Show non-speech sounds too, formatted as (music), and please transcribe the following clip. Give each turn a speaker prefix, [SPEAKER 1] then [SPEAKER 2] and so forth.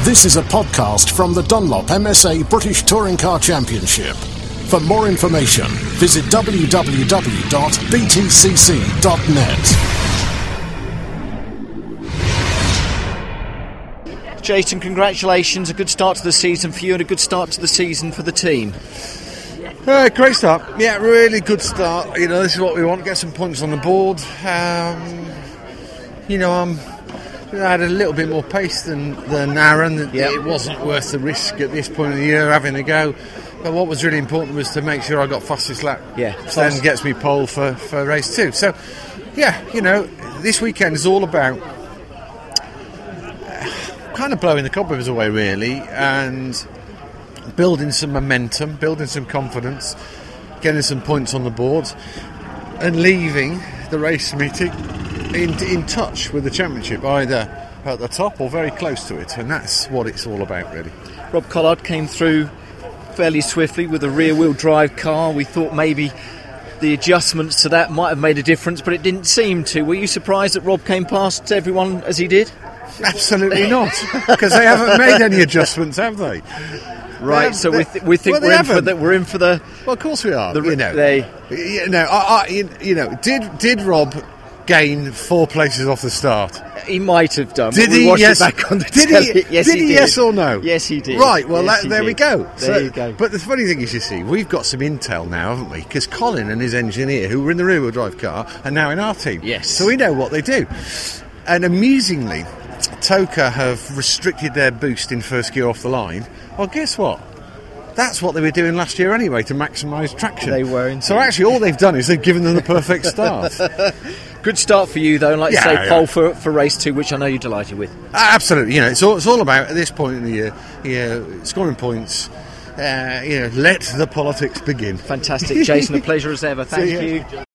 [SPEAKER 1] This is a podcast from the Dunlop MSA British Touring Car Championship. For more information, visit www.btcc.net.
[SPEAKER 2] Jason, congratulations. A good start to the season for you and a good start to the season for the team.
[SPEAKER 3] Uh, great start. Yeah, really good start. You know, this is what we want. Get some points on the board. Um, you know, um, I had a little bit more pace than than Aaron.
[SPEAKER 2] Yeah.
[SPEAKER 3] It wasn't worth the risk at this point of the year having a go. But what was really important was to make sure I got fastest lap.
[SPEAKER 2] Yeah.
[SPEAKER 3] Which Then gets me pole for for race two. So, yeah, you know, this weekend is all about uh, kind of blowing the cobwebs away, really, and building some momentum, building some confidence, getting some points on the board, and leaving the race meeting in, in touch with the championship, either at the top or very close to it. And that's what it's all about, really.
[SPEAKER 2] Rob Collard came through fairly swiftly with a rear wheel drive car. We thought maybe the adjustments to that might have made a difference, but it didn't seem to. Were you surprised that Rob came past everyone as he did?
[SPEAKER 3] Absolutely not, because they haven't made any adjustments, have they?
[SPEAKER 2] Right, so we, th- we think
[SPEAKER 3] Well, they
[SPEAKER 2] we're, in for
[SPEAKER 3] haven't.
[SPEAKER 2] the, we're in for the.
[SPEAKER 3] Well, of course we are.
[SPEAKER 2] The-
[SPEAKER 3] you know,
[SPEAKER 2] they-
[SPEAKER 3] you know, I, I, you- you know, did did Rob gain four places off the start?
[SPEAKER 2] He might have done. but
[SPEAKER 3] Did
[SPEAKER 2] we
[SPEAKER 3] he?
[SPEAKER 2] watched it
[SPEAKER 3] yes.
[SPEAKER 2] Back on the
[SPEAKER 3] did
[SPEAKER 2] telly. (laughs)
[SPEAKER 3] he?
[SPEAKER 2] Yes,
[SPEAKER 3] did
[SPEAKER 2] he, did.
[SPEAKER 3] Yes or no?
[SPEAKER 2] Yes, he did.
[SPEAKER 3] Right. Well,
[SPEAKER 2] Yes,
[SPEAKER 3] that,
[SPEAKER 2] he
[SPEAKER 3] there we
[SPEAKER 2] did.
[SPEAKER 3] go.
[SPEAKER 2] There
[SPEAKER 3] So-
[SPEAKER 2] you go.
[SPEAKER 3] But the funny thing is, you see, we've got some intel now, haven't we? Because Colin and his engineer, who were in the rear-wheel drive car, are now in our team.
[SPEAKER 2] Yes.
[SPEAKER 3] So we know what they do. And amusingly, Toka have restricted their boost in first gear off the line. Well, guess what? That's what they were doing last year anyway to maximise traction.
[SPEAKER 2] They were indeed.
[SPEAKER 3] So actually, all they've done is they've given them
[SPEAKER 2] (laughs)
[SPEAKER 3] the perfect start.
[SPEAKER 2] Good start for you, though. and Like you
[SPEAKER 3] Yeah,
[SPEAKER 2] say,
[SPEAKER 3] yeah.
[SPEAKER 2] pole for, for race two, which I know you're delighted with.
[SPEAKER 3] Absolutely, you know, it's all, it's all about at this point in the year, you know, scoring points. Uh, you know, let the politics begin.
[SPEAKER 2] Fantastic, Jason. A pleasure as ever. Thank
[SPEAKER 3] (laughs) See ya.
[SPEAKER 2] you.